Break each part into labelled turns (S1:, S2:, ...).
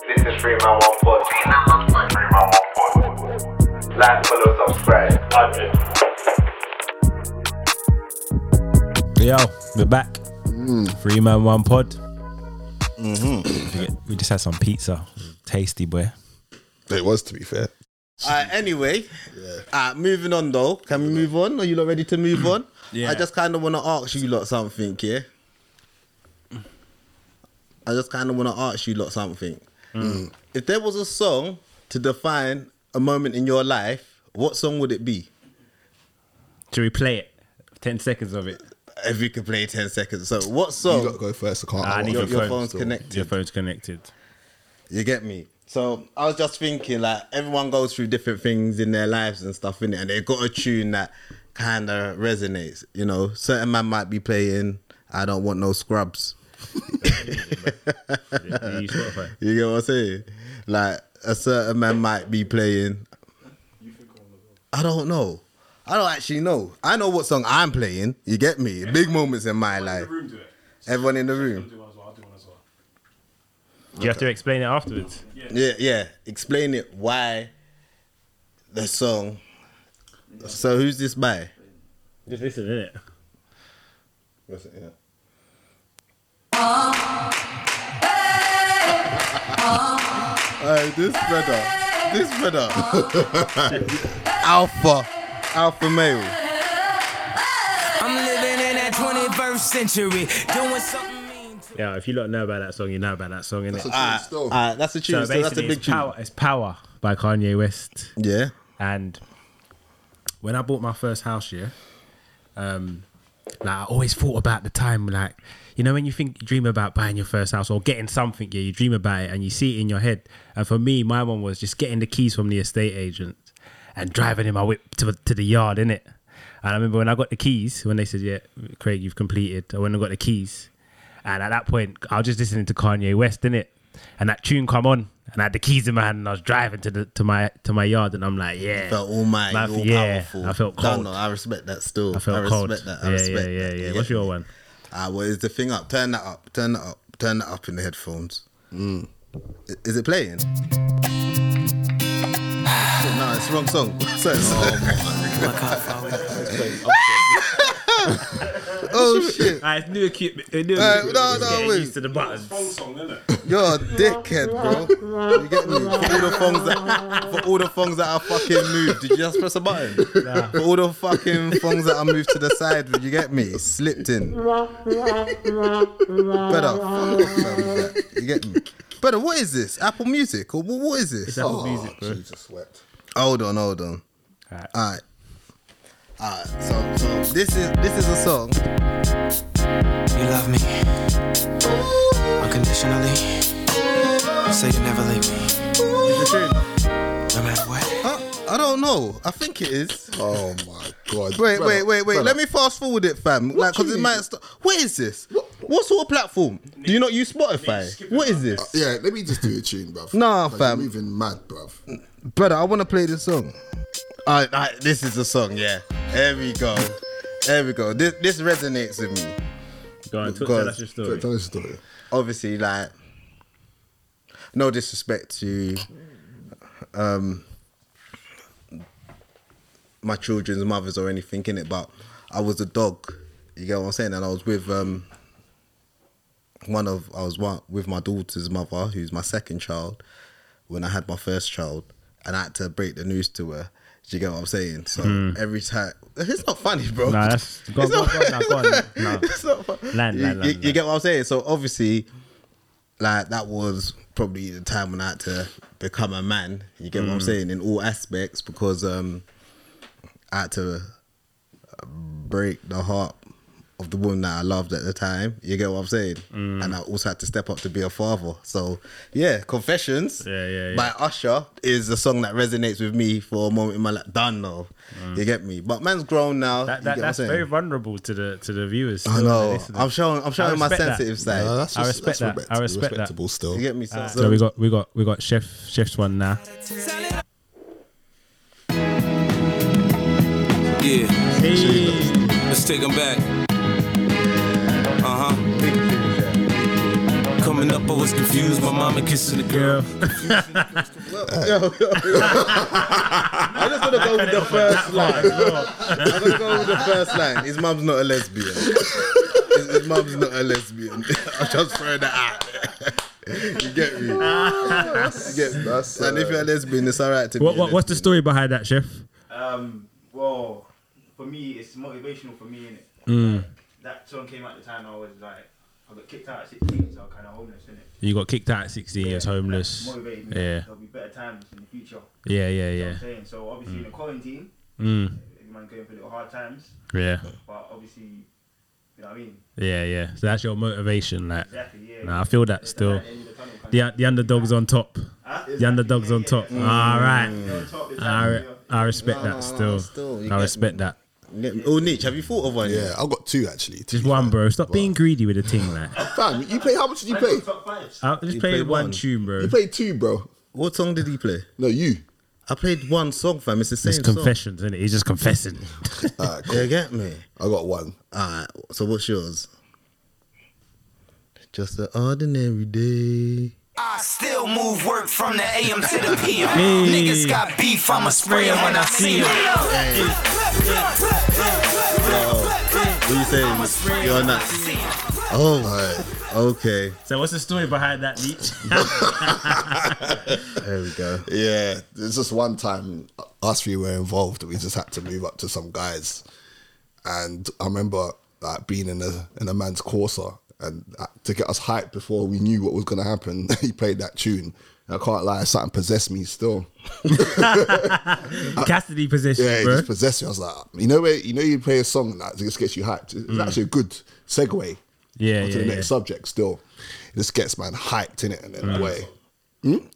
S1: Female on foot. Female on foot. Female on foot. Like, follow, subscribe. Admin.
S2: Yo, we're back. Three man, one pod. We just had some pizza. Tasty, boy.
S3: It was, to be fair.
S4: Uh, anyway, uh, moving on though. Can we move on? Are you lot ready to move on?
S2: Yeah.
S4: I just kind of want to ask you lot something, yeah? I just kind of want to ask you lot something.
S3: Mm.
S4: If there was a song to define a moment in your life, what song would it be?
S5: Should we play it? 10 seconds of it.
S4: If you could play 10 seconds. So, what
S3: You got to
S4: song?
S3: go first. I can't.
S5: I
S3: I
S5: need
S3: want-
S4: your-
S5: your,
S4: your
S5: phone
S4: phone's
S5: still.
S4: connected.
S5: Your phone's connected.
S4: You get me? So, I was just thinking, like, everyone goes through different things in their lives and stuff, innit? And they got a tune that kind of resonates. You know, certain man might be playing, I don't want no scrubs.
S5: You use Spotify.
S4: You get what I'm saying? Like a certain man might be playing. I don't know. I don't actually know. I know what song I'm playing. You get me? Big moments in my life. Everyone in the room.
S5: You have to explain it afterwards.
S4: Yeah, yeah. Explain it why the song. So who's this by?
S5: Just listen, innit?
S4: What's it, yeah. Hey, this brother, this brother, alpha, alpha male.
S6: I'm living in that 21st century, doing something mean to
S5: Yeah, if you don't know about that song, you know about that song, innit?
S3: That's a
S5: Ah,
S3: true story.
S4: Ah, that's a tune.
S5: so
S4: So,
S5: basically,
S4: that's a big
S5: it's,
S4: tune.
S5: power, it's Power by Kanye West.
S4: Yeah.
S5: And when I bought my first house, yeah, um, like I always thought about the time, like you know, when you think you dream about buying your first house or getting something, yeah, you dream about it and you see it in your head. And for me, my one was just getting the keys from the estate agent and driving in my whip to, to the yard, innit? And I remember when I got the keys, when they said, "Yeah, Craig, you've completed," I went and got the keys, and at that point, I was just listening to Kanye West, innit? And that tune come on, and I had the keys in my hand, and I was driving to the to my to my yard, and I'm like, "Yeah,
S4: Felt almighty,
S5: Man,
S4: all
S5: yeah,
S4: powerful.
S5: I felt
S4: No,
S5: cold.
S4: no, I respect that still.
S5: I felt
S4: respect
S5: cold.
S4: that. I
S5: yeah,
S4: respect
S5: yeah, yeah,
S4: that.
S5: yeah.
S4: You
S5: What's
S4: get
S5: your
S4: me?
S5: one?
S4: Ah, what is the thing up? Turn that up. Turn that up. Turn that up in the headphones.
S3: Mm.
S4: I- Is it playing? Shit, no, it's the wrong song. So it's- oh shit!
S5: Ah, it's new equipment. New equipment.
S4: Alright, Uh, no, no,
S5: Getting
S4: wait.
S5: used to the buttons.
S4: You're a dickhead, bro. You get me? For all the thongs that, for all the thongs that I fucking moved, did you just press a button? For all the fucking thongs that I moved to the side, you get me? Slipped in. Better, fuck off, man. You get me? Better, what is this? Apple Music or what, what is this?
S5: Apple
S3: Oh,
S5: Music, bro.
S3: Jesus sweat.
S4: Hold on, hold on.
S5: Alright.
S4: All right. All right. So, so this is this is a song.
S6: You love me unconditionally. Say you never leave me, no matter what.
S4: I, I don't know. I think it is.
S3: Oh my god.
S4: Wait,
S3: Brother,
S4: wait, wait, wait.
S3: brother.
S4: Let me fast forward it, fam. Like,
S3: you
S4: cause it
S3: mean?
S4: might. St- what is this? What? sort of platform? Do you not use Spotify? What is this,
S3: Yeah, let me just do a tune, bruv.
S4: Nah,
S3: Like,
S4: fam.
S3: You're moving mad, bruv.
S5: Mm.
S4: brother? I want to play this song. Alright, alright, this is the song. Yeah, there we go. There we go. This this resonates with me.
S5: Go on, tell
S4: God.
S5: us your
S3: Tell-
S5: story.
S3: Tell us a story.
S4: Obviously, like, no disrespect to um my children's mothers or anything in it, but I was a dog. You get what I'm saying? And I was with um one of I was one with my daughter's mother, who's my second child, when I had my first child, and I had to break the news to her. Do you get what I'm saying? So every time it's not funny, bro.
S5: Hmm. Nah, that's- go on,
S4: It's
S5: go on,
S4: not-
S5: go on, nah, go on. Nah.
S4: it's not fun.
S5: Land,
S4: You-
S5: land,
S4: you-
S5: land,
S4: you
S5: land.
S4: get what I'm saying? So obviously, like that was probably the time when I had to become a man. You get what
S5: Mm.
S4: I'm saying in all aspects because um, I had to break the heart of the woman that I loved at the time. You get what I'm saying?
S5: Mm.
S4: And I also had to step up to be a father. So yeah, Confessions
S5: Yeah, yeah, yeah.
S4: by Usher is a song that resonates with me for a moment in my life. Done though. You get me? But man's grown now.
S5: Mm. That,
S4: you
S5: that,
S4: get
S5: that's
S4: what I'm
S5: very
S4: saying?
S5: vulnerable to the to the viewers.
S4: I
S5: still, the
S4: know.
S5: listeners.
S4: I'm showing I'm showing my
S5: respect that.
S4: sensitive side.
S3: Nah, that's
S5: I
S3: just,
S5: respect
S3: that's
S5: that. I
S3: Respectable.
S5: respect that.
S3: respectable still.
S4: You get me? So,
S5: So we got we got we got chef chef's one now.
S6: Yeah,
S5: Hey.
S6: let's take 'em back. Uh huh. Uh-huh. Coming up, I was confused. My mama kissing a girl.
S4: I just want to go with the first line. I'm gonna go with the first line. His mum's not a lesbian. His, his mum's not a lesbian. I'm just throwing that out. you get me? you get me?
S3: That's,
S4: and if
S3: uh,
S4: you're a lesbian, it's alright to
S5: What,
S4: be. a
S5: what, what's the story
S4: lesbian.
S5: behind that, Chef?
S7: Um, well, for me, it's motivational for me, innit?
S5: Hmm.
S7: That song came out at the time I was like, I got kicked out at 16, so I was kind of homeless, innit?
S5: You got kicked out at 16 years, homeless.
S7: Motivated me.
S5: Yeah,
S7: There'll be better times in the future.
S5: yeah, yeah,
S7: You know what
S5: yeah, Hmm.
S7: I'm saying? So obviously in the quarantine, everyone going through little hard times,
S5: yeah,
S7: but obviously, you know what I mean?
S5: yeah, yeah. So that's your motivation, like.
S7: Exactly, yeah.
S5: Nah, I feel that
S7: It's
S5: still.
S7: like the end of the tunnel kind
S5: The
S7: of-
S5: the underdog's on top.
S7: Huh?
S5: The underdog's on top. All
S7: Yeah, Mm. yeah.
S5: right,
S7: On top, it's
S5: I
S7: like,
S5: re- I respect
S4: no,
S5: that
S4: no,
S5: still.
S4: still,
S5: I
S4: you get
S5: respect that.
S4: Yeah, Oh, Niche, have you thought of one?
S3: Yeah, I've got two actually. to
S5: Just
S3: be
S5: one,
S3: fair.
S5: bro. Stop
S3: But-
S5: being greedy with a thing, like.
S3: Fam, you play. How much did you
S7: yeah.
S5: Hmm.
S3: play?
S7: Top fives.
S5: I just
S4: You
S5: play
S4: played
S5: one
S4: one.
S5: tune, bro.
S3: You played two, bro.
S4: What song did he play?
S3: No, you.
S4: I played one song, fam. It's the same
S5: It's confessions, isn't it? He's just confessing.
S3: Alright,
S4: song. You
S3: cool.
S4: get me?
S3: I got one.
S4: Alright, so what's yours? Just an ordinary day.
S6: I still move work from the AM to the PM. Niggas got beef, I'ma spray 'em when I see 'em.
S4: What are you saying? You're nuts. Oh,
S3: Alright,
S4: okay.
S5: so what's the story behind that, Leech?
S4: There we go.
S3: yeah. There's just one time us three were involved. We just had to move up to some guys, and I remember like being in a in a man's Corsa, and uh, to get us hyped before we knew what was gonna happen, he played that tune. And I can't lie, something possessed me still.
S5: Cassidy position,
S3: Yeah, it
S5: bro.
S3: just possessed me. I was like, you know, where you know, you play a song that just gets you hyped. It's actually a good segue.
S5: Mm. Yeah,
S3: onto
S5: yeah,
S3: the
S5: yeah.
S3: next subject. Still, it just gets man hyped in it and then away.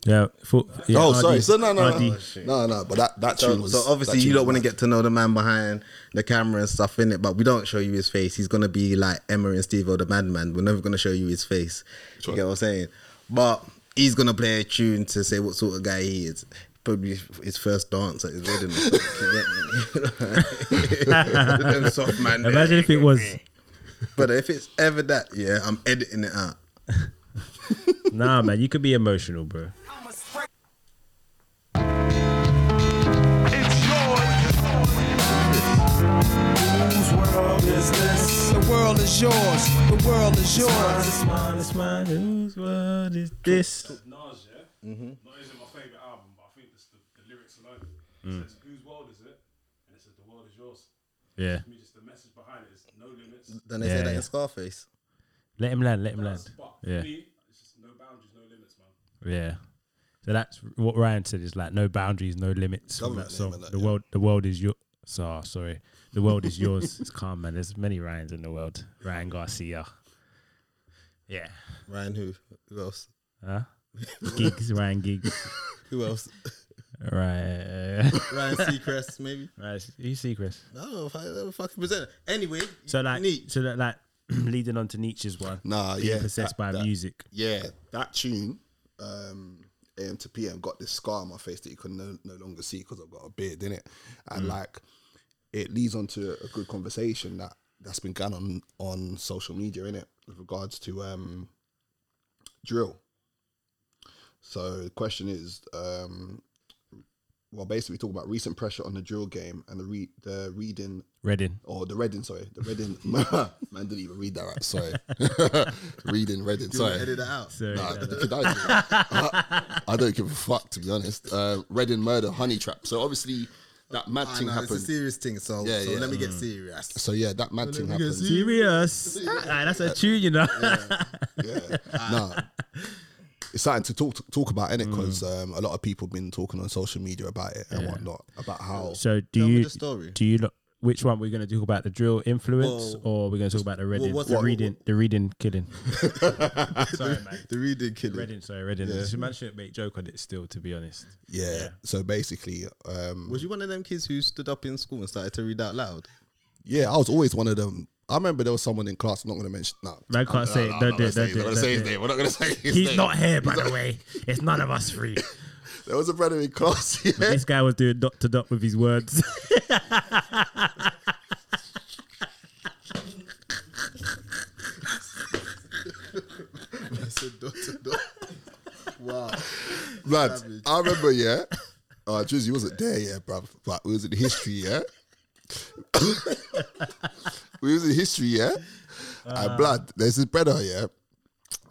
S5: yeah, for, yeah,
S3: oh,
S5: RD.
S3: sorry. So no, no,
S5: RD.
S3: no, no, no. But that that tune
S4: So,
S3: was.
S4: so obviously
S3: that
S4: you
S3: tune
S4: don't
S3: was
S4: want to get to know the man behind the camera and stuff in it, but we don't show you his face. He's gonna be like Emma and Steve or the Madman. We're never gonna show you his face. You get what I'm saying? But he's gonna play a tune to say what sort of guy he is. Probably his first dance at his wedding. or something, you get me? Them soft man there.
S5: Imagine if it was.
S4: But if it's ever that, yeah, I'm editing it out.
S5: Nah, man, you could be emotional, bro.
S1: It's
S6: Whose world is this?
S8: The world is yours. The world is yours.
S5: It's mine, it's mine. Whose world is this?
S2: Nas, yeah? Not isn't my favourite album, but I think it's the, the lyrics alone. It says, whose world is it? And it says, the world is yours.
S5: Yeah.
S2: I mean, just the message behind it is no limits.
S4: Then they
S5: Yeah,
S4: say that
S5: yeah.
S4: in Scarface.
S5: Let him land, let him land.
S2: But for
S5: Yeah,
S2: me, it's just no boundaries, no limits, man.
S5: yeah. So that's what Ryan said is like no boundaries, no limits. from
S3: Government
S5: that
S3: name
S5: song.
S3: and that,
S5: the
S3: yeah.
S5: world, the world is your. So sorry, the world is yours. it's calm, man. There's many Ryans in the world. Ryan Garcia. Yeah.
S4: Ryan who? Who else?
S5: Huh? Gigs, Ryan Gigs.
S4: Who else?
S5: Right.
S4: Ryan Seacrest, maybe?
S5: right. You see, Chris.
S4: I don't know if I ever fucking present it. Anyway,
S5: So like,
S4: neat.
S5: so that like, leading on to Nietzsche's one.
S3: Nah,
S5: being
S3: yeah,
S5: Possessed
S3: that-
S5: by
S3: that-
S5: music.
S3: Yeah, Eh, that tune, um, AM to PM, got this scar on my face that you can no, no longer see because I've got a beard in it, and like it leads on to a good conversation that that's been going on on social media in it with regards to um, drill. So the question is, um, well, basically talking about recent pressure on the drill game and the re- the reading
S5: Reading.
S3: or the Reading, sorry, the Reading. man didn't even read that right. Sorry, reading Reading.
S4: Sorry.
S3: Sorry,
S4: Edit that out.
S5: Sorry.
S3: Nah, I don't- I, I don't give a fuck to be honest. Uh, Red and Murder, Honey Trap. So obviously that mad
S4: Ah,
S3: thing
S4: no, it's a
S3: happened.
S4: serious thing, so,
S3: Yeah,
S4: so
S3: yeah.
S4: let me
S5: Mm.
S4: get serious.
S3: so yeah, that mad thing happened.
S5: Serious. Ah, that's a tune, you know.
S3: Yeah,
S5: Ah.
S3: nah. It's something to talk talk about,
S5: Mm.
S3: innit? Because um, a lot of people have been talking on social media about it and whatnot, about how
S5: So do
S4: Tell me
S5: you
S4: the story.
S5: do you lo- which one we're going to talk about the drill influence
S4: Well,
S5: or we're going to talk about the reading
S4: what's
S5: the
S4: it-
S5: reading the reading killing? sorry, man.
S4: The reading killer.
S5: Reading, sorry, reading. This man shouldn't make joke on it still, to be honest.
S3: yeah. So basically, um,
S4: Was you one of them kids who stood up in school and started to read out loud?
S3: yeah, I was always one of them. I remember there was someone in class. I'm not going to mention. No,
S5: Man can't say it.
S3: I'm
S5: Don't do
S3: not gonna
S5: it.
S3: say
S5: Don't
S3: his-
S5: do
S3: I'm
S5: it.
S3: not gonna
S5: don't
S3: say his
S5: do it.
S3: name. We're not gonna say his
S5: He's
S3: name.
S5: not here, by the way. It's none of us three.
S3: There was a brother in class. Yeah,
S5: This guy was doing dot to dot with his words.
S4: I said, "Daughter."
S3: Man, I remember, yeah. Uh, Drizzy wasn't there, yeah, bruv. But we was in history, yeah. we was in history, yeah. and blood, there's his brother, yeah.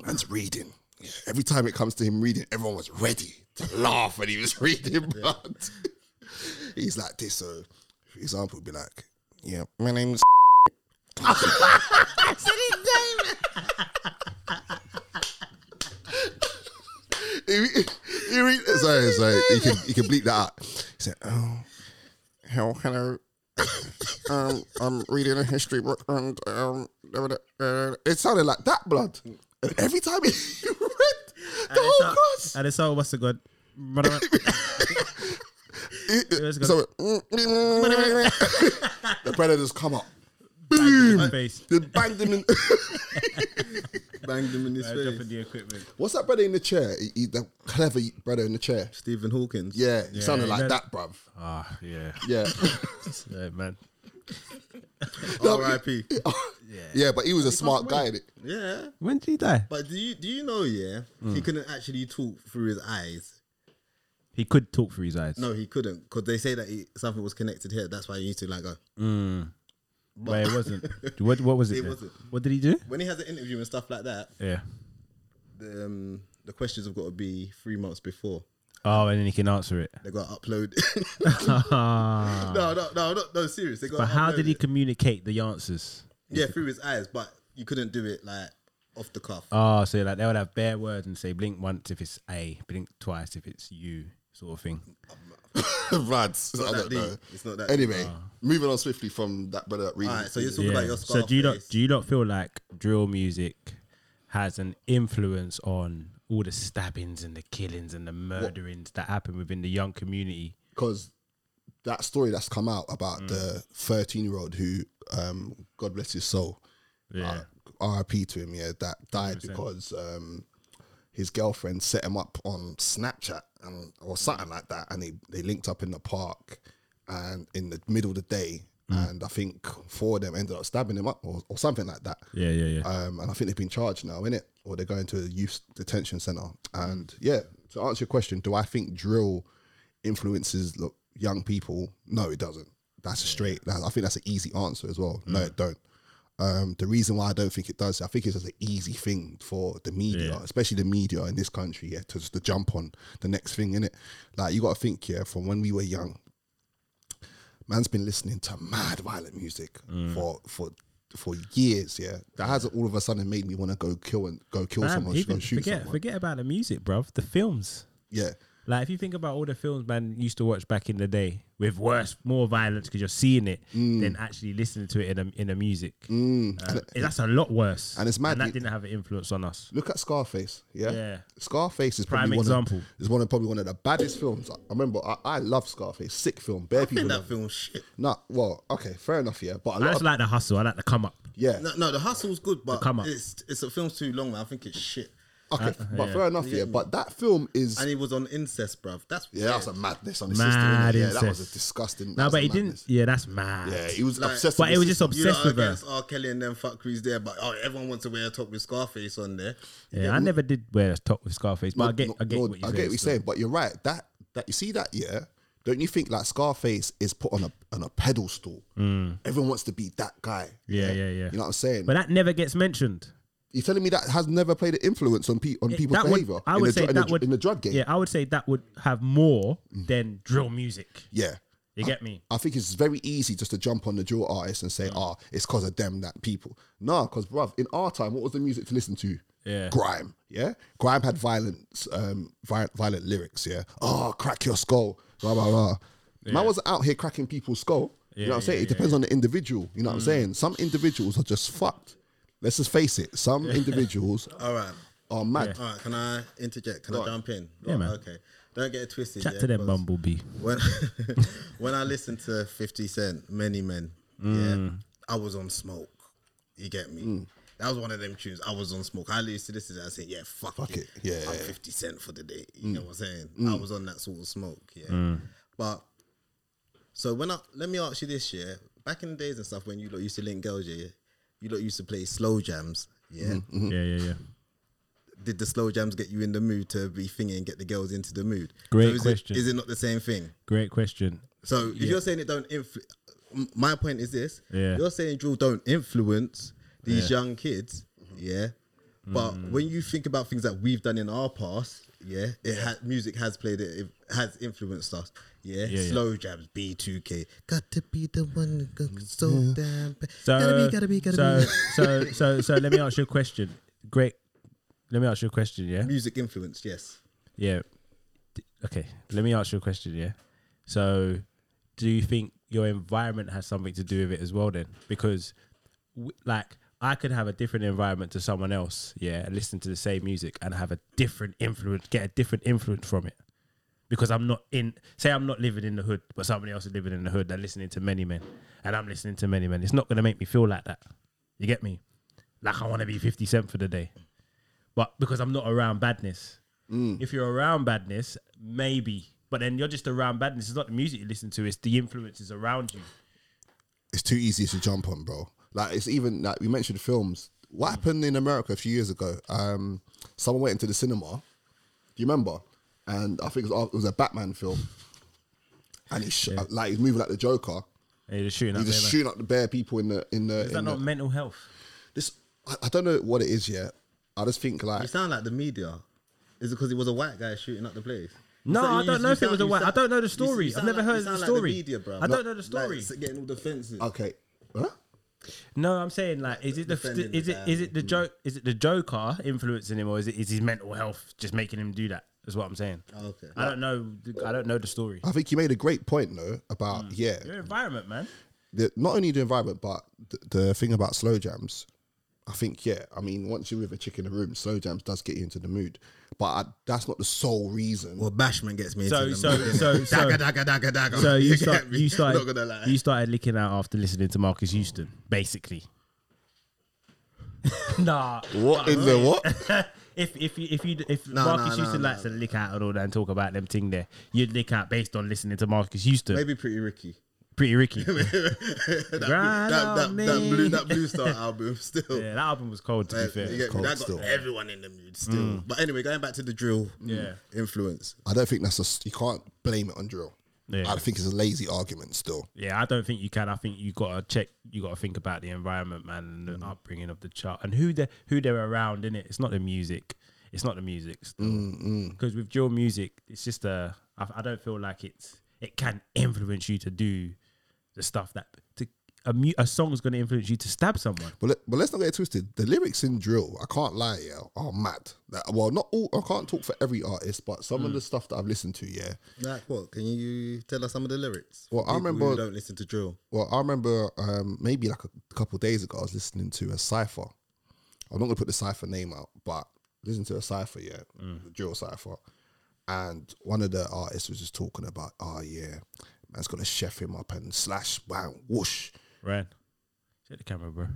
S3: Man's reading. Yeah, Every time it comes to him reading, everyone was ready to laugh when he was reading, blood. He's like this, so for example, would be like, yeah, my name is he, he read, sorry, sorry. You can you can bleep that out. He said, "Oh, hell, hello. um, I'm reading a history book, and um, uh, it sounded like that blood. And every time he read the whole class,
S5: And it's all what's the good.
S3: it-
S5: was
S3: it- so mm, the brother just come up,
S5: Boom. Face.
S3: just banged him in.
S4: Banged him in his
S5: Uh,
S4: face.
S5: dropping the equipment.
S3: What's that brother in the chair? He, he, the clever brother in the chair.
S4: Stephen Hawkins.
S3: Yeah, he sounded
S5: he
S3: like
S5: read-
S3: that, bruv.
S5: Ah, yeah.
S3: Yeah.
S5: Yeah, man.
S4: R.I.P.
S3: yeah, but he was a smart guy in it.
S4: Yeah.
S5: When did he die?
S4: But do you do you know? Yeah,
S3: Mm.
S4: he couldn't actually talk through his eyes.
S5: He could talk through his eyes.
S4: No, he couldn't because they say that he, something was connected here. That's why he used to like go.
S5: but it wasn't. What, what was it?
S4: It
S5: then?
S4: wasn't.
S5: What did he do?
S4: When he has an interview and stuff like that,
S5: Yeah.
S4: the, um, the questions have got to be three months before.
S5: Oh, and then he can answer it.
S4: They got to upload. no, no, no, no, no, serious. They got.
S5: Ah. But how did he
S4: It.
S5: communicate the answers?
S4: Yeah, through his eyes, but you couldn't do it like off the cuff.
S5: Oh, so like they would have bare words and say blink once if it's A, blink twice if it's you, sort of thing.
S3: Rads. I
S4: not
S3: don't
S4: that deep.
S3: know.
S4: It's not that
S3: Anyway, moving on swiftly from that brother that reading.
S4: Alright, so you're talking about your
S5: so do you not
S4: Scarface.
S5: do you not feel like drill music has an influence on all the stabbings and the killings and the murderings that happen within the young community?
S3: because that story that's come out about
S5: Mm.
S3: the 13 year old who, um, God bless his soul,
S5: Yeah.
S3: uh, RIP to him, yeah, that died because um, his girlfriend set him up on Snapchat and or something like that, and they, they linked up in the park and in the middle of the day.
S5: Mm.
S3: And I think four of them ended up stabbing him up or, or something like that.
S5: yeah, yeah, yeah.
S3: Um, and I think they've been charged now, innit? Or they're going to a youth detention center. And yeah, to answer your question, do I think drill influences look, young people? No, it doesn't. That's a straight. That, I think that's an easy answer as well. No,
S5: Mm.
S3: it don't. Um, the reason why I don't think it does, I think it's just an easy thing for the media, especially the media in this country, yeah, to, to jump on the next thing, innit? Like you got to think, yeah, from when we were young, man's been listening to mad violent music
S5: Mm.
S3: for for for years. Yeah, that hasn't all of a sudden made me want to go kill and go kill
S5: Man,
S3: someone, go
S5: even
S3: shoot
S5: forget
S3: someone.
S5: forget about the music, bruv. The films.
S3: Yeah,
S5: Like if you think about all the films man used to watch back in the day with worse, more violence because you're seeing it
S3: Mm.
S5: than actually listening to it in a, in the music. Um, that's a lot worse.
S3: and it's mad
S5: And that
S3: you-
S5: didn't have an influence on us.
S3: look at Scarface. Yeah,
S5: Yeah.
S3: Scarface is
S5: Prime
S3: probably
S5: example.
S3: One of, is one of probably one of the baddest films. I I remember I, I love Scarface, sick film. Bare people.
S4: think
S3: love
S4: that
S3: it.
S4: film shit.
S3: Nah, well, okay, fair enough. Yeah, but a
S5: I
S3: lot
S5: just
S3: of,
S5: like the hustle. I like the come up.
S3: yeah,
S4: No, no, the hustle's good, but
S5: come up.
S4: it's it's a film's too long. Man. I think it's shit.
S3: okay,
S5: Uh,
S3: but fair enough. Yeah, but that film is.
S4: And he was on incest, bruv. That's
S3: yeah, that was a madness on his sister.
S5: Mad
S3: innit? Yeah, that was
S5: incest.
S3: a disgusting. that
S5: No,
S3: was
S5: but
S3: a
S5: he didn't.
S3: madness.
S5: Yeah, that's mad.
S3: Yeah, he was
S4: Like-
S3: obsessed.
S5: But
S3: with
S5: it was
S3: his
S5: just
S3: sister.
S4: You know,
S5: obsessed with her.
S4: against R. Kelly and them fuckeries there, but oh, everyone wants to wear a top with Scarface on there.
S5: Yeah, I never did wear a top with Scarface, but I get,
S3: No,
S5: I get
S3: no,
S5: what you're saying.
S3: I get what you're
S5: still.
S3: saying, but you're right. That that you see that, yeah. Don't you think like Scarface is put on a on a pedestal? Everyone wants to be that guy.
S5: Mm. Yeah, yeah, yeah.
S3: You know what I'm saying?
S5: But that never gets mentioned.
S3: you're telling me that has never played an influence on pe- on people's
S5: That would,
S3: behavior
S5: I
S3: in,
S5: would
S3: the,
S5: say
S3: dr- in,
S5: that
S3: the, dr-
S5: would
S3: in the drug game. Mm.
S5: Yeah, I would say that would have more than drill music.
S3: yeah.
S5: You get me?
S3: I think it's very easy just to jump on the drill artist and say, "Ah, it's because of them that people." Nah, because bruv, in our time, what was the music to listen to?
S5: Yeah.
S3: grime. Yeah, grime had violence, um, violent, violent lyrics. Yeah, oh, crack your skull, blah blah blah. Man wasn't out here cracking people's skull. you know what I'm saying? it depends on the individual. You know what I'm saying? Some individuals are just fucked. Let's just face it. Some individuals
S4: All right.
S3: are mad.
S4: All right, can I interject? Can I jump in?
S5: Yeah,
S4: Right,
S5: man.
S4: Okay. Don't get it twisted.
S5: Chat
S4: yeah,
S5: to them,
S4: 'cause
S5: Bumblebee.
S4: When, when I listened to 50 Cent, Many Men, yeah, I was on smoke. You get me? That was one of them tunes. I was on smoke. I used to listen to it. I said, yeah, fuck,
S3: it, yeah,
S4: I'm
S3: yeah.
S4: 50 Cent for the day. You know what I'm saying? I was on that sort of smoke. Yeah. But so when I let me ask you this, yeah, back in the days and stuff when you lot used to link girls, yeah, you lot used to play slow jams, yeah.
S5: Yeah, yeah, yeah.
S4: did the slow jams get you in the mood to be thinking and get the girls into the mood?
S5: Great
S4: is it-
S5: question.
S4: is it not the same thing?
S5: Great question.
S4: So if you're saying it don't influence, my point is this:
S5: Yeah.
S4: you're saying drill don't influence these young kids, yeah. But
S5: Mm.
S4: when you think about things that we've done in our past, yeah, it ha- music has played it, it has influenced us,
S5: Yeah,
S4: yeah.
S5: yeah.
S4: Slow jams, B two K, got to be the one, go- so damn, ba-
S5: Mm. So,
S4: gotta be, gotta be, gotta
S5: so, so,
S4: be.
S5: so, so, let me ask you a question. Great. Let me ask you a question. Yeah.
S4: Music influence, yes.
S5: Yeah. D- Okay. Let me ask you a question. Yeah. So, do you think your environment has something to do with it as well? Then, because, w- like, I could have a different environment to someone else. Yeah, and listen to the same music and have a different influence, get a different influence from it. Because I'm not in, say I'm not living in the hood, but somebody else is living in the hood. They're listening to many men, and I'm listening to many men. It's not going to make me feel like that. You get me? Like I want to be 50 Cent for the day, but because I'm not around badness, if you're around badness, maybe. But then you're just around badness. It's not the music you listen to; it's the influences around you.
S3: it's too easy to jump on, bro. Like it's even like we mentioned films.
S5: Mm.
S3: What happened in America a few years ago? Um, someone went into the cinema. Do you remember? And I think it was, it was a Batman film. And he sh- like he's moving like the Joker.
S5: And you're just shooting up
S3: He's
S5: there.
S3: just
S5: man.
S3: shooting up the bare people in the in the.
S5: Is that
S3: in
S5: not
S3: the
S5: mental health?
S3: this I, I don't know what it is yet. I just think like
S4: You sound like the media. Is it because it was a white guy shooting up the place?
S5: No,
S4: You sound-
S5: I don't
S4: you-
S5: know
S4: you
S5: if it was a
S4: you
S5: white- I don't know the
S4: you
S5: story.
S4: sound
S5: I've never
S4: like-
S5: heard
S4: you
S5: the
S4: sound
S5: story.
S4: Like the media, bro.
S5: I don't know the story.
S4: Like, getting all defensive.
S3: okay, huh?
S5: No, I'm saying like, is it the
S4: Defending
S5: is
S4: the
S5: it
S4: guy.
S5: is it the joke? Is it the Joker influencing him, or is it is his mental health just making him do that? Is what I'm saying.
S4: Oh, Okay.
S5: I don't know. the- I don't know the story.
S3: I think you made a great point though about
S5: Mm.
S3: yeah,
S5: Your environment, man.
S3: the, not only the environment, but the, the thing about slow jams, I think, yeah, I mean, once you're with a chick in the room, slow jams does get you into the mood. But I, that's not the sole reason.
S4: Well, Bashman gets me.
S5: So
S4: into
S5: so so so.
S4: Dagger, dagger, dagger, dagger.
S5: So you,
S4: get
S5: start,
S4: me?
S5: you
S4: Not
S5: started
S4: gonna lie.
S5: you started licking out after listening to Marcus Houston, basically. nah,
S3: what in the what?
S5: if if you if you if
S4: No,
S5: Marcus
S4: no, no,
S5: Houston
S4: no,
S5: likes to lick out and all that and talk about them thing there, you'd lick out based on listening to Marcus Houston.
S4: Maybe Pretty Ricky.
S5: Pretty Ricky.
S4: that,
S5: Grind
S4: that,
S5: on
S4: that,
S5: me.
S4: that blue, that blue star album still.
S5: yeah, that album was cold to be
S4: Uh,
S5: fair.
S4: you get me?
S3: cold
S4: That got
S3: still.
S4: everyone in the mood still. But anyway, going back to the drill
S5: Mm. Yeah.
S4: influence.
S3: I don't think that's a. You can't blame it on drill.
S5: Yeah.
S3: I think it's a lazy argument still.
S5: Yeah, I don't think you can. I think you gotta check. You gotta think about the environment, man, and the
S4: Mm.
S5: upbringing of the child, and who they who they're around. In it, it's not the music. It's not the music.
S4: Mm,
S5: Because with drill music, it's just a. I, I don't feel like it's. It can influence you to do the stuff that to a mu- a song's gonna influence you to stab someone.
S3: But, let, but let's not get it twisted. The lyrics in drill, I can't lie, yeah, are mad. Like, well, not all. I can't talk for every artist, but some of the stuff that I've listened to, yeah.
S4: Like what? Can you tell us some of the lyrics?
S3: Well, I
S4: People who
S3: remember-
S4: don't listen to drill.
S3: Well, I remember um, maybe like a couple of days ago, I was listening to a cipher. I'm not gonna put the cipher name out, but listen to a cipher, yeah, the drill cipher. And one of the artists was just talking about, oh yeah, man's gonna chef him up and slash, wow, whoosh,
S5: Right. Check the camera, bro.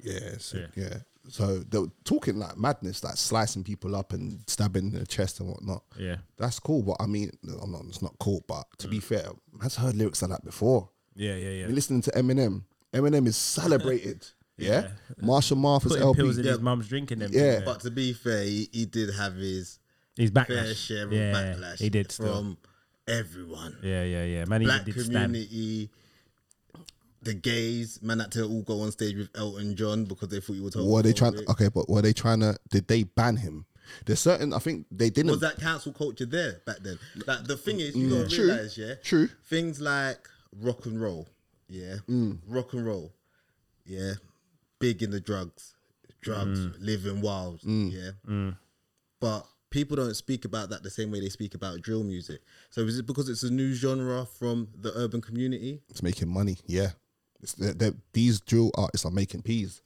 S3: yeah, so,
S5: Yeah.
S3: yeah. So they were talking like madness, like slicing people up and stabbing in the chest and whatnot.
S5: Yeah.
S3: that's cool, but I mean, I'm not. It's not cool, but to be fair, man's heard lyrics like that before.
S5: Yeah, yeah, yeah.
S3: You're listening to Eminem. Eminem is celebrated. yeah. Marshall Mathers
S5: Putting
S3: LP.
S5: pills in
S3: yeah.
S5: his mum's drinking them.
S3: Yeah.
S4: But to be fair, he, he did have his
S5: he's
S4: fair
S5: backlash.
S4: share of
S5: yeah,
S4: backlash.
S5: He did still.
S4: from everyone.
S5: yeah, yeah, yeah. Man, he
S4: black
S5: did stand.
S4: community, the gays, man, had to all go on stage with Elton John because they thought he was.
S3: Were they trying?
S4: homophobic.
S3: Okay, but were they trying to? Did they ban him? There's certain. I think they didn't.
S4: Was that cancel culture there back then? Like the thing is, you gotta
S5: Mm.
S3: True,
S4: realize, yeah,
S3: true.
S4: Things like rock and roll, yeah, rock and roll, yeah, big in the drugs, drugs, living wild, yeah. But people don't speak about that the same way they speak about drill music. So is it because it's a new genre from the urban community?
S3: It's making money. Yeah. It's, they're, they're- these drill artists are making peas.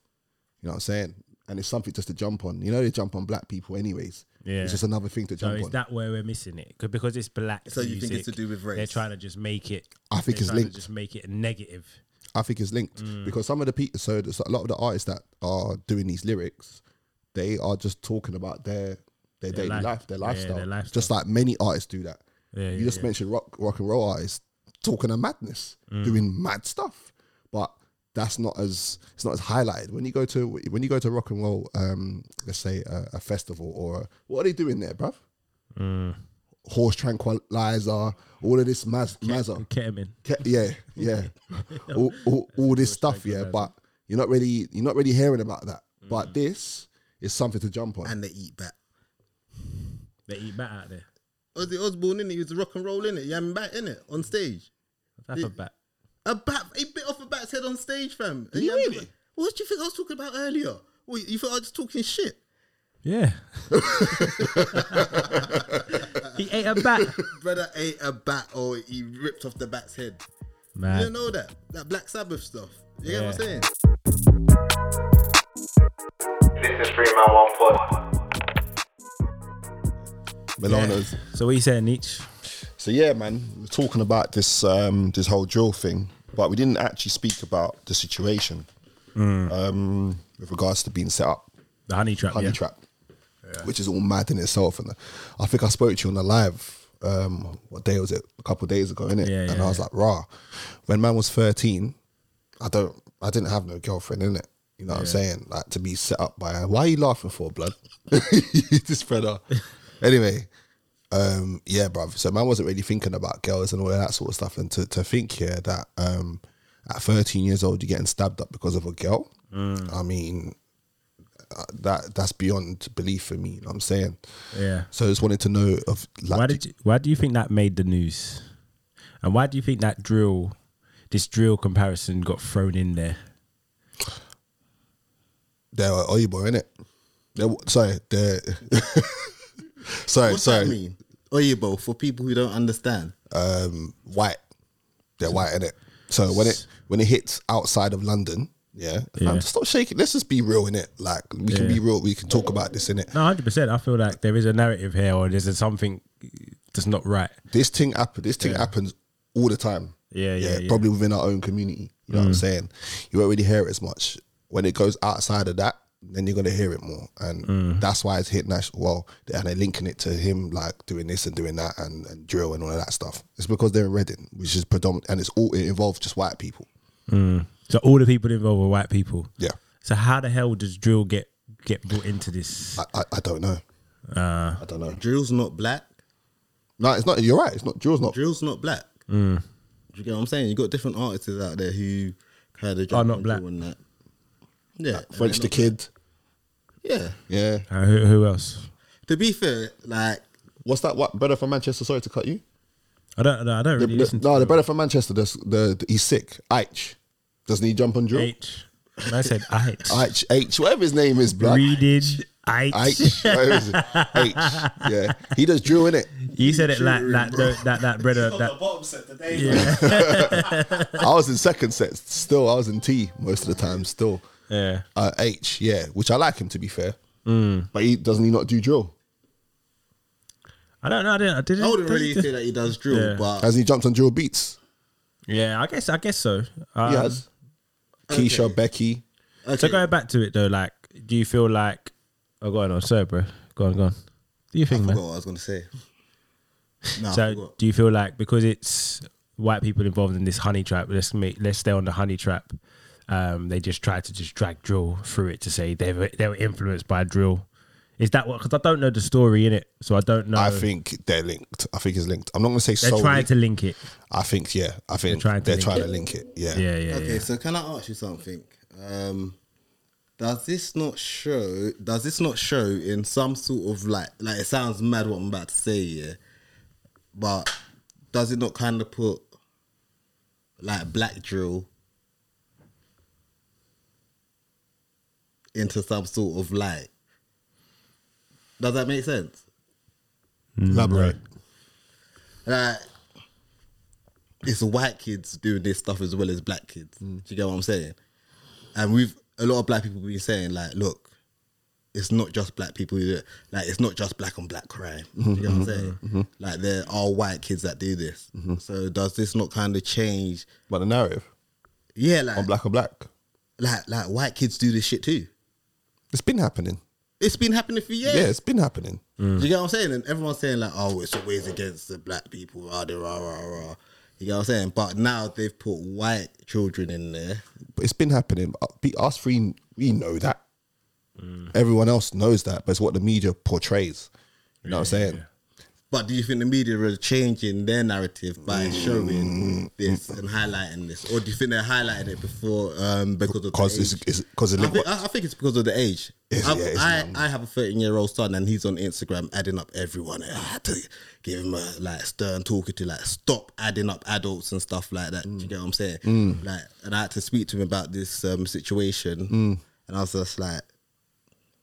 S3: You know what I'm saying? And it's something just to jump on. You know they jump on black people anyways.
S5: Yeah.
S3: It's just another thing to
S5: So
S3: jump
S5: is
S3: on.
S5: that where we're missing it? 'Cause- Because it's black.
S4: So you think it's
S5: music,
S4: to do with race?
S5: They're trying to just make it.
S3: I think
S5: they're
S3: it's
S5: trying to
S3: linked.
S5: Just make it negative.
S3: I think it's linked
S5: Mm.
S3: because some of the people, so there's a lot of the artists that are doing these lyrics, they are just talking about their their, daily
S5: life.
S3: life, their,
S5: Yeah,
S3: lifestyle.
S5: their lifestyle.
S3: just like many artists do that.
S5: Yeah,
S3: you
S5: yeah, Mm.
S3: just mentioned rock rock and roll artists talking of madness, doing mad stuff, but that's not as it's not as highlighted when you go to when you go to rock and roll. Um, let's say a, a festival or a, what are they doing there, bruv?
S5: Mm.
S3: Horse tranquilizer, all of this maz, mazza.
S5: Ketamine.
S3: Ke- yeah, yeah, all, all, all this stuff, yeah. But you're not really you're not really hearing about that. But this is something to jump on.
S4: and they eat back.
S5: They eat bat out there.
S4: Ozzy Osbourne in it, he was rock and roll in it, yamming back in it on stage.
S5: That's a bat.
S4: A bat, he bit off a bat's head on stage, fam. And
S3: you
S4: yammed
S3: really?
S4: back. What do you think I was talking about earlier? What, you thought I was just talking shit,
S5: Yeah. he ate a bat.
S4: brother? Ate a bat or he ripped off the bat's head. You
S5: Man.
S4: don't know that that Black Sabbath stuff. You get what I'm
S5: Yeah.
S4: saying?
S1: This is Three Man One Pod.
S3: Milano's.
S5: So what you saying, Nietzsche?
S3: So yeah, man, we we're talking about this um, this whole drill thing, but we didn't actually speak about the situation um, with regards to being set up
S5: The honey trap.
S3: honey
S5: yeah.
S3: trap, which is all mad in itself. And I think I spoke to you on the live. Um, what day was it? A couple of days ago, innit?
S5: Yeah,
S3: and
S5: yeah,
S3: I was
S5: yeah.
S3: like, rah. When man was thirteen, I don't, I didn't have no girlfriend, innit? You know what I'm saying? Like to be set up by. Why are you laughing for, blood? this fella. anyway, um, yeah, bruv. So man wasn't really thinking about girls and all of that sort of stuff. And to, to think here that um, at 13 years old you're getting stabbed up because of a girl.
S5: Mm.
S3: I mean, uh, that that's beyond belief for me. You know what I'm saying.
S5: Yeah.
S3: So I just wanted to know of like,
S5: Why did you, why do you think that made the news? And why do you think that drill, this drill comparison, got thrown in there?
S3: they're Oyibo, innit? They're, sorry, they're sorry,
S4: What's
S3: sorry.
S4: that mean? Oyibo Oh, for people who don't understand.
S3: um, white. They're white, innit? So when it when it hits outside of London, yeah, fam, stop shaking. Let's just be real, innit? Like we can be real. We can talk about this, innit?
S5: No, hundred percent. I feel like there is a narrative here, or there's a something that's not right.
S3: This thing happen. This thing happens all the time.
S5: Yeah, yeah, yeah.
S3: Probably within our own community. You know what I'm saying? You won't really hear it as much when it goes outside of that. Then you're gonna hear it more, and that's why it's hit national. Well, they- and they're linking it to him like doing this and doing that and, and drill and all of that stuff. It's because they're in Reading, which is predominant, and it's all it involves just white people.
S5: So all the people involved are white people.
S3: Yeah.
S5: So how the hell does drill get get brought into this?
S3: I, I, I don't know. I don't know.
S4: Drill's not black.
S3: No, it's not. You're right. It's not. Drill's not.
S4: Drill's not black.
S5: Mm.
S4: Do you get what I'm saying? You got different artists out there who kind of
S5: Are not black.
S4: And that. Yeah,
S3: French the kid.
S4: Yeah.
S3: Yeah.
S5: Uh, who, who else?
S4: To be fair, like
S3: What's that? What brother from Manchester? Sorry to cut you.
S5: I don't know. I don't
S3: The,
S5: really
S3: the-
S5: listen.
S3: no,
S5: to
S3: the brother from Manchester. That's the, he's sick. Aich. Doesn't he jump on drill?
S5: H. And I said I.
S3: Aich. H. Whatever his name is, bro.
S5: Reading I.
S3: Aich. Whatever is it? H. Yeah. He does drill in it.
S5: You said it like that. That that, that brother.
S2: Got the
S5: That
S2: bottom set today. man.
S5: yeah.
S3: I was in second sets. Still, I was in T most of the time. Still.
S5: yeah.
S3: Uh, H. Yeah. Which I like him to be fair.
S5: Mm.
S3: But he doesn't he not do drill?
S5: I don't know. I didn't. I didn't.
S4: I wouldn't
S5: didn't-
S4: really say that he does drill,
S5: Yeah.
S4: but
S3: Hasn't he jumped on drill beats?
S5: Yeah, I guess I guess so. Um,
S3: He has. Keisha, Becky.
S5: So going back to it though, like, do you feel like? Oh, go on, oh, sorry, bro. Go on, go on. Do you think,
S4: I
S5: man?
S4: forgot what I was gonna say. No, I
S5: So
S4: forgot.
S5: do you feel like because it's white people involved in this honey trap? Let's make let's stay on the honey trap. Um, they just try to just drag drill through it to say they were they were influenced by drill. Is that what? Because I don't know the story in it, so I don't know.
S3: I think they're linked. I think it's linked. I'm not gonna say
S5: they're
S3: solely.
S5: trying to link it.
S3: I think yeah. I think they're
S5: trying
S3: trying
S5: to
S3: to,
S5: link
S3: link it. Yeah.
S5: Yeah, yeah,
S4: Okay,
S5: yeah.
S4: so can I ask you something? Um, does this not show? Does this not show in some sort of like like it sounds mad what I'm about to say, yeah, but does it not kind of put like black drill into some sort of like? Does that make sense?
S3: Elaborate.
S4: Like, it's white kids doing this stuff as well as black kids. Do you get what I'm saying? And we've a lot of black people been saying like, look, it's not just black people who do it. Like, it's not just black on black crime. Do you get what I'm saying?
S3: Mm-hmm,
S4: Like, there are white kids that do this. So does this not kind of change?
S3: But the narrative
S4: Yeah, like,
S3: on black or black.
S4: like like white kids do this shit too.
S3: It's been happening.
S4: It's been happening for years.
S3: Yeah, it's been happening.
S4: Do you get what I'm saying? And everyone's saying like, oh, it's always against the black people, rah, de, rah, rah, rah. You get what I'm saying? But now they've put white children in there.
S3: But it's been happening. Uh, be- Us three, we know that.
S5: Mm.
S3: Everyone else knows that, but it's what the media portrays. You know what I'm saying?
S4: But do you think the media are changing their narrative by
S3: Mm.
S4: showing this and highlighting this, or do you think they highlighted it before um, because of the
S3: Because it's
S4: age?
S3: it's because of
S4: I
S3: link-
S4: think, I I think it's because of the age.
S3: It's-
S4: I,
S3: yeah, it's
S4: I,
S3: young.
S4: I have a 13 year old son and he's on Instagram adding up everyone. I had to give him a like stern talking to like stop adding up adults and stuff like that. Do you get what I'm saying?
S3: Mm.
S4: Like, and I had to speak to him about this um, situation,
S3: Mm.
S4: and I was just like,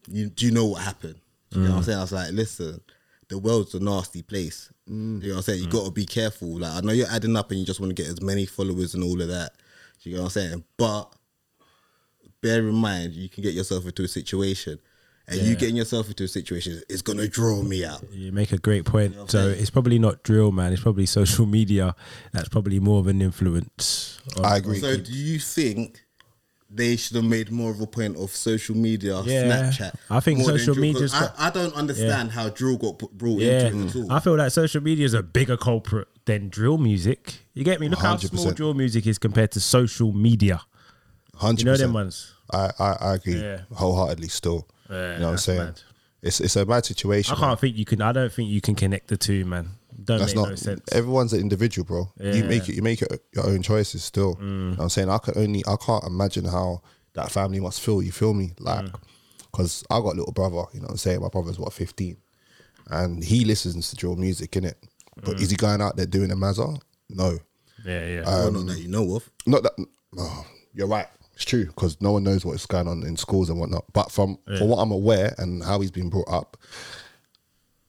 S4: "You do you know what happened?" Do you know what
S3: Mm.
S4: I'm saying? I was like, "Listen, the world's a nasty place."
S3: Mm.
S4: You know what I'm saying? You got to be careful. Like, I know you're adding up and you just want to get as many followers and all of that. Do you know what I'm saying? But bear in mind you can get yourself into a situation and you getting yourself into a situation is gonna draw me out.
S5: You make a great point. so it's probably not drill, man. It's probably social media. That's probably more of an influence. on-
S3: I agree.
S4: So do you think they should have made more of a point of social media,
S5: Yeah.
S4: Snapchat?
S5: I think
S4: more than
S5: social
S4: drill? 'Cause
S5: media's got-
S4: I, I don't understand how drill got put, brought
S5: Yeah,
S4: into it at all.
S5: I feel like social media is a bigger culprit than drill music. You get me? Look how small
S3: 100%.
S5: drill music is compared to social media.
S3: Hundred
S5: You know them ones.
S3: I, I I agree
S5: Yeah.
S3: wholeheartedly. Still,
S5: Yeah,
S3: you know what I'm
S5: that's
S3: saying?
S5: mad.
S3: It's it's a bad situation.
S5: I
S3: man.
S5: can't think you can. I don't think you can connect the two, man. Don't make
S3: That's not
S5: no sense.
S3: everyone's an individual, bro. You
S5: Yeah.
S3: make it. You make it your own choices. Still, You know what I'm saying I can only. I can't imagine how that family must feel. You feel me? Like,
S5: Mm.
S3: because I got a little brother. You know what I'm saying? My brother's what 15, and he listens to drill music, innit? But
S5: Mm.
S3: is he going out there doing a mazza? No,
S5: yeah, yeah.
S4: Well, not that you know of.
S3: not that. Oh, you're right. It's true because no one knows what's going on in schools and whatnot. But from from what I'm aware and how he's been brought up,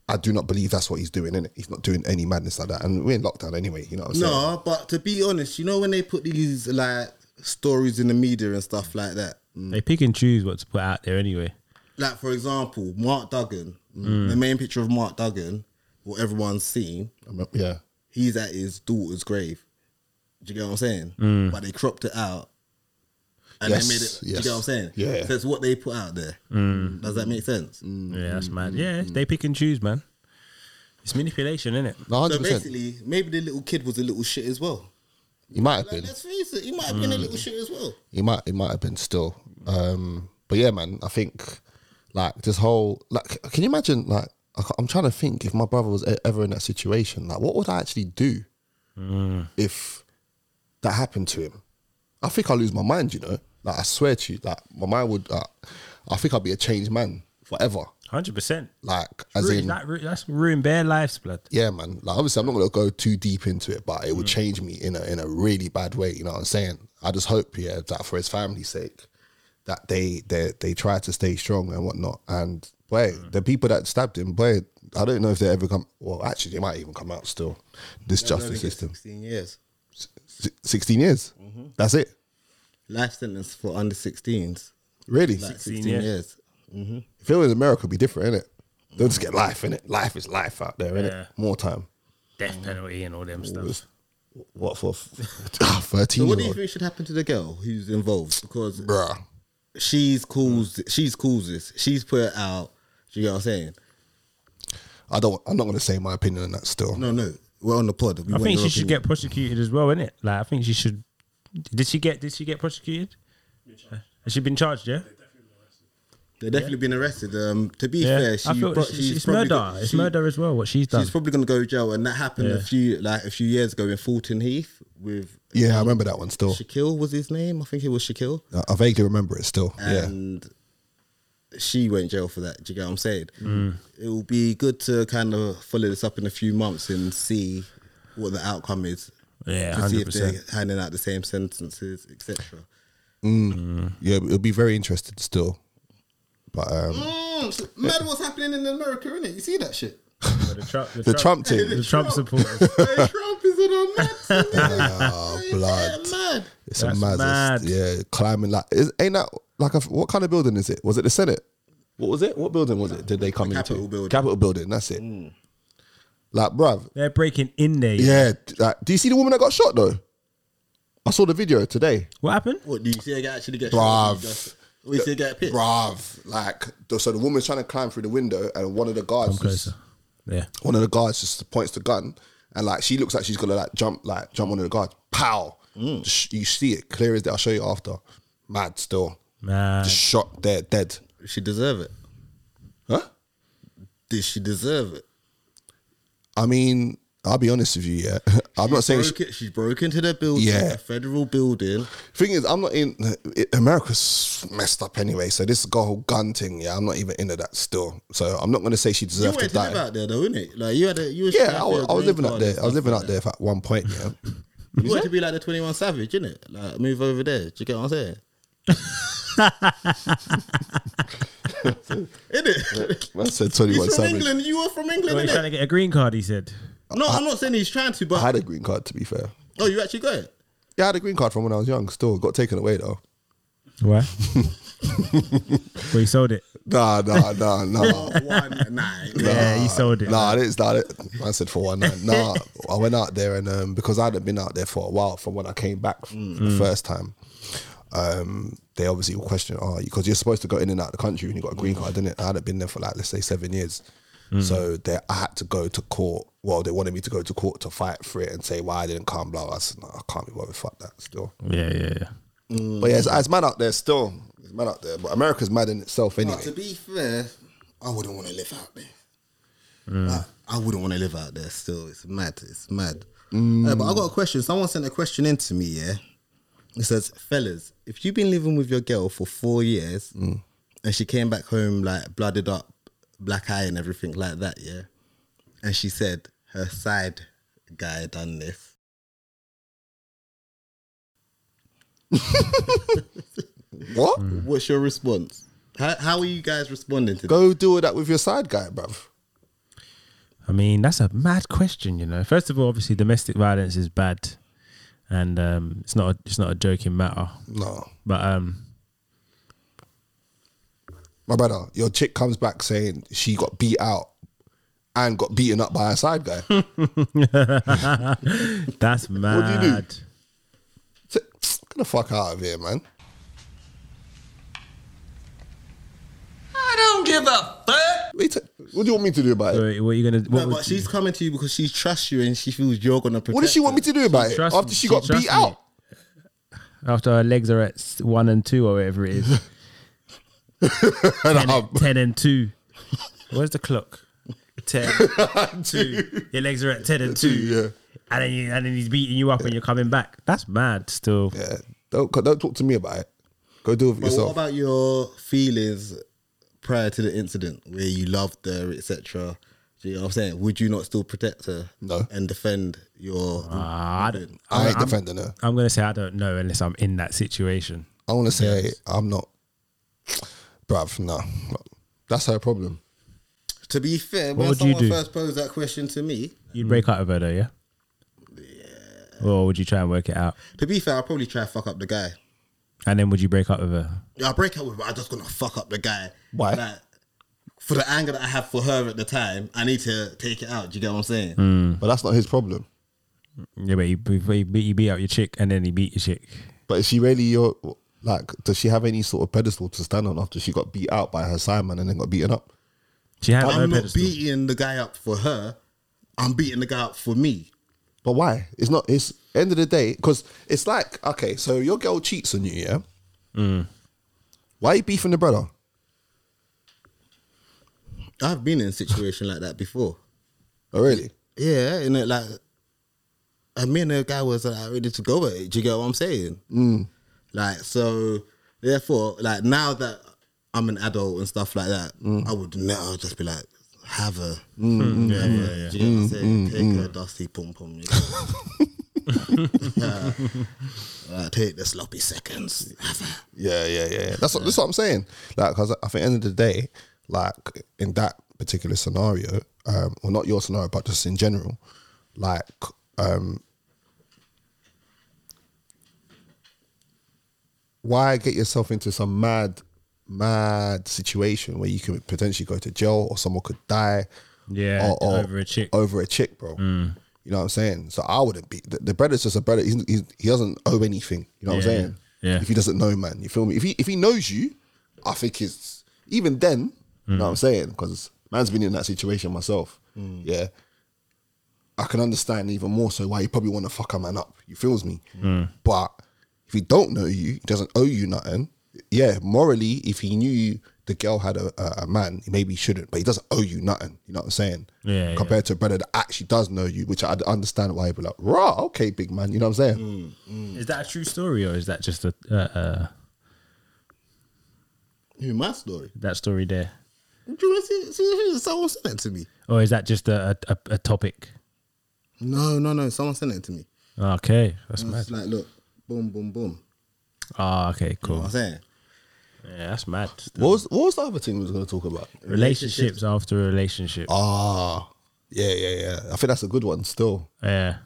S3: I do not believe that's what he's doing. Innit? He's not doing any madness like that. And we're in lockdown anyway. You know what I'm saying?
S4: No, but to be honest, you know when they put these like stories in the media and stuff like that. Mm.
S5: they pick and choose what to put out there anyway.
S4: like for example, Mark Duggan, mm,
S5: Mm.
S4: the main picture of Mark Duggan, what everyone's seen,
S3: No. Yeah.
S4: he's at his daughter's grave. Do you get what I'm saying? But they cropped it out. And
S3: Yes,
S4: they made it. Do you
S3: yes.
S4: get what I'm saying?
S3: Yeah.
S4: So it's what they put out there. Does that make sense?
S5: Yeah,
S4: mm,
S5: that's mad. Yeah, they pick and choose, man. It's manipulation, isn't it?
S3: No,
S4: So
S3: hundred percent.
S4: basically, maybe the little kid was a little shit as well.
S3: He might have
S4: Like,
S3: been.
S4: let's face it, he might have been a little shit as well.
S3: He might. He might have been still. Um. But yeah, man. I think like this whole like. Can you imagine like? I ca- I'm trying to think if my brother was e- ever in that situation. Like, what would I actually do if that happened to him? I think I'll lose my mind. You know. Like I swear to you, like my mind would. Uh, I think I'll be a changed man forever.
S5: Hundred percent.
S3: Like as in.
S5: that, ru- that's ruin bare lives, blood.
S3: yeah, man. Like obviously, I'm not gonna go too deep into it, but it would change me in a in a really bad way. You know what I'm saying? I just hope, yeah, that for his family's sake, that they they they try to stay strong and whatnot. And boy, the people that stabbed him, boy, I don't know if they ever come. Well, actually, they might even come out still. This justice system,
S4: Sixteen years.
S3: S- sixteen years. That's it.
S4: Life sentence for under 16s.
S3: Really,
S4: Like 16,
S5: 16
S4: years.
S5: years.
S3: if it was America, it'd be different, innit? They'll just get life, innit? Life is life out there, innit?
S5: Yeah.
S3: More time.
S5: Death penalty and all them stuff.
S3: Was- What for? Ah, Thirteen
S4: So what
S3: year
S4: do you
S3: old,
S4: think should happen to the girl who's involved? Because
S3: bruh.
S4: she's caused she's caused this. She's put it out. You know what I'm saying?
S3: I don't. I'm not going to say my opinion on that. Still,
S4: No, no. We're on the pod. We
S5: I
S4: want
S5: think
S4: your
S5: she should
S4: opinion.
S5: get prosecuted as well, innit? Like I think she should. Did she get? Did she get prosecuted? Has she been charged? Yeah.
S4: They've definitely been arrested. Um, to be
S5: Yeah.
S4: fair, she,
S5: I feel
S4: pro-
S5: it's,
S4: she's
S5: it's
S4: probably
S5: murder.
S4: go-
S5: it's
S4: she-
S5: murder as well. What she's done.
S4: She's probably gonna go to jail, and that happened a
S5: Yeah.
S4: few like a few years ago in Fulton Heath with
S3: yeah, I remember that one. Still,
S4: Shaquille was his name. I think it was Shaquille,
S3: I I vaguely remember it. Still,
S4: and she went jail for that. Do you get what I'm saying?
S5: Mm.
S4: It will be good to kind of follow this up in a few months and see what the outcome is.
S5: yeah,
S4: to see
S5: hundred
S4: if they're
S5: percent.
S4: handing out the same sentences, etc.
S3: yeah, yeah. It'll be very interesting still, but um,
S4: Mm. Mad what's happening in America, innit? You see that shit?
S5: The Trump, the
S3: the
S5: Trump,
S3: Trump
S5: the
S3: thing,
S5: Trump supporters.
S4: Trump is on
S3: oh blood,
S4: mad.
S3: it's a
S5: That's
S3: mad,
S5: mad.
S3: yeah, climbing like, is, ain't that like a, what kind of building is it? Was it the Senate? What was it? What building was it? Did they come into?
S4: Capitol building.
S3: Capitol building. That's it. Like, bruv,
S5: They're breaking in there. Yeah.
S3: yeah. d- Like, do you see the woman that got shot though? I saw the video today.
S5: What happened?
S4: What do you see? I actually get shot.
S3: Bruv.
S4: We see her get picked.
S3: Bruv, like th- so the woman's trying to climb through the window and one of the guards
S5: Closer.
S3: just,
S5: Yeah.
S3: one of the guards just points the gun and like she looks like she's gonna like jump like jump on the guard. Pow!
S4: Mm.
S3: Sh- You see it clear as day. I'll show you after. Mad still.
S5: Mad.
S3: Just shot there, dead.
S4: She deserve it.
S3: Huh?
S4: Did she deserve it?
S3: I mean, I'll be honest with you. Yeah, I'm not saying.
S4: Broke it- she broke into the building,
S3: Yeah.
S4: a federal building.
S3: Thing is, I'm not in. It, America's messed up anyway. So this whole gun thing, yeah, I'm not even into that still. So I'm not gonna say she
S4: You
S3: deserved to
S4: went to
S3: die.
S4: live out there though, innit? Like you had a you was
S3: yeah,
S4: strapped
S3: I
S4: with
S3: was,
S4: a
S3: I was
S4: green
S3: living
S4: card
S3: out there.
S4: and
S3: I was
S4: stuff
S3: living
S4: like
S3: out there at one point. Yeah,
S4: You wanted to be like the Twenty One Savage, innit? Like move over there. Do you get what I'm saying? innit?
S3: I said
S4: He's
S3: 21
S4: from
S3: savage.
S4: England. You were from England,
S5: Well, he's trying
S4: innit?
S5: to get a green card. He said.
S4: No, I'm not saying he's trying to,
S3: I
S4: but
S3: had a green card to be fair.
S4: oh, you actually got it.
S3: Yeah, I had a green card from when I was young. Still got taken away though.
S5: Why? well, he sold it.
S3: Nah, nah, nah, nah.
S4: One nine.
S5: yeah, he sold it.
S3: Nah, I didn't start it. I said for one night. Nah, I went out there and um, because I hadn't been out there for a while from when I came back f- the first time, um, they obviously will question, oh, because you're supposed to go in and out the country when you got a green card, didn't it? I hadn't been there for like, let's say seven years. So they, I had to go to court. Well, they wanted me to go to court to fight for it and say why I didn't come, blah, blah. I said, no, I can't be bothered, fuck that still.
S5: Yeah, yeah, yeah.
S3: But yeah, it's, it's mad out there still. It's mad out there. But America's mad in itself anyway.
S4: to be fair, I wouldn't want to live out there.
S3: Mm.
S4: Like, I, wouldn't want to live out there still. It's mad. It's mad.
S3: Mm.
S4: Uh, but I got a question. Someone sent a question in to me, yeah? It says, fellas, if you've been living with your girl for four years
S3: Mm.
S4: and she came back home like blooded up, black eye and everything like that, yeah? And she said her side guy done this.
S3: what?
S5: Mm.
S4: What's your response? How, how are you guys responding to
S3: Mm. Go do that with your side guy, bruv.
S5: I mean, that's a mad question, you know. First of all, obviously, domestic violence is bad, and um, it's not a, it's not a joking matter.
S3: No.
S5: But um,
S3: my brother, your chick comes back saying she got beat out and got beaten up by a side guy.
S5: that's mad.
S3: do you do? So, Get the fuck out of here, man.
S6: I don't give a fuck.
S3: What, you ta- what do you want me to do about it?
S5: Wait, what are you gonna? What
S4: No,
S5: would
S4: but
S5: you-
S4: she's coming to you because she trusts you and she feels you're gonna protect.
S3: What does she want me to do about it
S5: Trust
S3: after
S5: me,
S3: she got
S5: trust
S3: beat
S5: me.
S3: out?
S5: after her legs are at s- one and two or whatever it is,
S3: And I'm,
S5: ten and two. Where's the clock? Ten, two. Your legs are at ten and two.
S3: yeah.
S5: And then you, and then he's beating you up, and you're coming back. That's mad. Still,
S3: yeah. Don't, don't talk to me about it. Go do it for
S4: But what
S3: yourself.
S4: about your feelings prior to the incident where you loved her, etc.? Do you know what I'm saying? Would you not still protect her?
S3: No.
S4: And defend your.
S5: Ah, I don't.
S3: I ain't
S5: I'm-
S3: defending her.
S5: I'm gonna say I don't know unless I'm in that situation.
S3: I want to say I'm not. Bruv, no. That's her problem.
S4: to be fair,
S5: What
S4: when
S5: would you
S4: someone
S5: do?
S4: first posed that question to me,
S5: You'd break up with her though, yeah? Yeah. Or would you try and work it out?
S4: to be fair, I'll probably try to fuck up the guy.
S5: And then would you break up with her?
S4: Yeah, I break up with her. I'm just gonna fuck up the guy.
S3: Why?
S4: Like, for the anger that I have for her at the time, I need to take it out. Do you get what I'm saying?
S5: Hmm.
S3: But that's not his problem.
S5: Yeah, but you, but you, beat, you beat up your chick and then you beat your chick.
S3: But is she really your. Like, does she have any sort of pedestal to stand on after she got beat out by her side man and then got beaten up?
S5: She had no
S4: I'm not
S5: pedestal.
S4: beating the guy up for her. I'm beating the guy up for me.
S3: But why? It's not. It's end of the day because it's like okay, so your girl cheats on you, yeah. Why you beefing the brother?
S4: I've been in a situation like that before.
S3: Oh really?
S4: Yeah, and it like, and me and the guy was like ready to go with it. Do you get what I'm saying? Mm. Like so, therefore, like now that I'm an adult and stuff like that, I would now just be like, have her, yeah, Mm, yeah, Mm, Do you get what I'm saying? take her dusty pom pom. Uh, take the sloppy seconds. Have her.
S3: Yeah, yeah, yeah. yeah. That's what that's what I'm saying. Like, because I think end of the day, like in that particular scenario, um, well, not your scenario, but just in general, like, um, why get yourself into some mad, mad situation where you could potentially go to jail or someone could die?
S5: Yeah, over a chick.
S3: Over a chick, bro. You know what I'm saying? So I wouldn't be. The, the brother's just a brother. He's, he's, he doesn't owe anything. You know what I'm
S5: Yeah,
S3: saying?
S5: yeah.
S3: If he doesn't know, man, you feel me? If he if he knows you, I think it's even
S5: Mm.
S3: then. You know what I'm saying? Because man's been in that situation myself. Yeah. I can understand even more so why you probably want to fuck a man up. You feels me?
S5: Mm.
S3: But if he don't know you, he doesn't owe you nothing. Yeah, morally, if he knew you, the girl had a, a, a man, he maybe shouldn't, but he doesn't owe you nothing. You know what I'm saying?
S5: Yeah,
S3: Compared to a brother that actually does know you, which I understand why he'd be like, rah, okay, big man. You know what I'm saying?
S5: Is that a true story or is that just a uh, uh,
S4: Who my story?
S5: that story there,
S4: Do you want to see, see? Someone sent that to me.
S5: or is that just a a, a topic?
S4: No, no, no. Someone sent it to me.
S5: Okay, that's mad.
S4: It's like, look, boom, boom, boom.
S5: Ah, okay,
S4: You know what
S5: cool.
S4: I'm saying?
S5: Yeah, that's mad.
S3: What was what was the other thing we was gonna talk about?
S5: Relationships Oh. after relationship.
S3: Ah, yeah, yeah, yeah. I think that's a good one still.
S5: Yeah,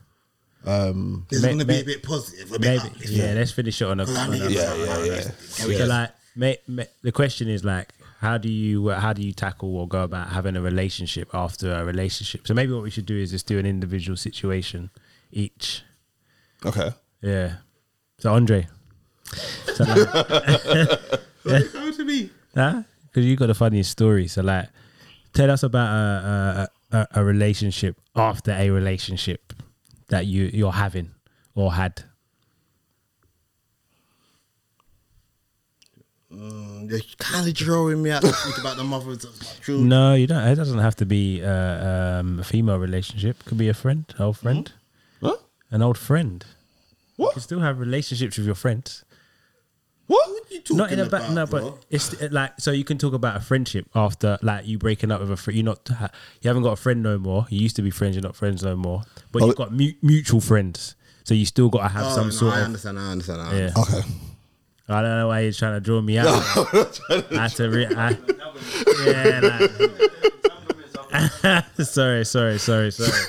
S4: There's
S5: May-
S4: gonna be
S5: may-
S4: a bit positive, a bit
S5: maybe.
S4: uplifting.
S5: Yeah, let's finish it on a.
S4: Cause I
S5: on
S4: need
S5: a
S4: it.
S3: Yeah, yeah, yeah.
S5: So like, ma ma the question is like, how do you uh, how do you tackle or go about having a relationship after a relationship? So maybe what we should do is just do an individual situation each.
S3: Okay.
S5: Yeah. So Andre, so like,
S4: Come to me.
S5: huh? Because you got the funniest story. So like, tell us about a a, a a relationship after a relationship that you you're having or had.
S4: Mm, You're kind of drawing me out to think about the mothers of
S5: Mm,
S4: my children.
S5: No, you don't. It doesn't have to be uh, um, a female relationship. Could be a friend, old friend.
S3: Huh?
S5: an old friend. You
S3: What?
S5: can still have relationships with your friends.
S3: What?
S4: you talking
S5: not in a
S4: about,
S5: ba- no,
S4: bro?
S5: but it's it, like so you can talk about a friendship after like you breaking up with a friend. You're not ha- you haven't got a friend no more. You used to be friends. You're not friends no more. But
S3: Oh,
S5: you've got mu- mutual friends, so you still got to have
S4: Oh,
S5: some
S4: no,
S5: sort
S4: I
S5: of.
S4: understand. I understand. I
S5: Yeah,
S3: Okay.
S4: understand.
S5: I don't know why you're trying to draw me out. I had to. Re- I, yeah, like, sorry, sorry, sorry, sorry.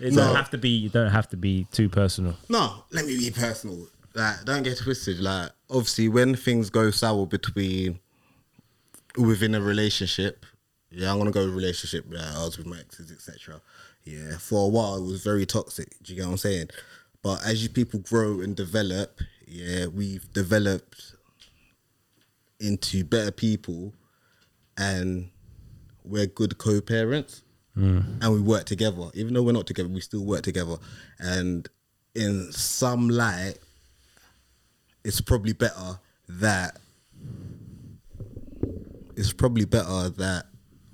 S5: It
S4: No.
S5: don't have to be. You don't have to be too personal.
S4: No, let me be personal. Like, don't get twisted. Like, obviously, when things go sour between within a relationship, yeah, I'm gonna go with relationship. Yeah, I was with my exes, etc. Yeah, for a while it was very toxic. Do you get what I'm saying? But as you people grow and develop, yeah, we've developed into better people, and we're good co-parents and we work together. Even though we're not together, we still work together. And in some light, it's probably better that it's probably better that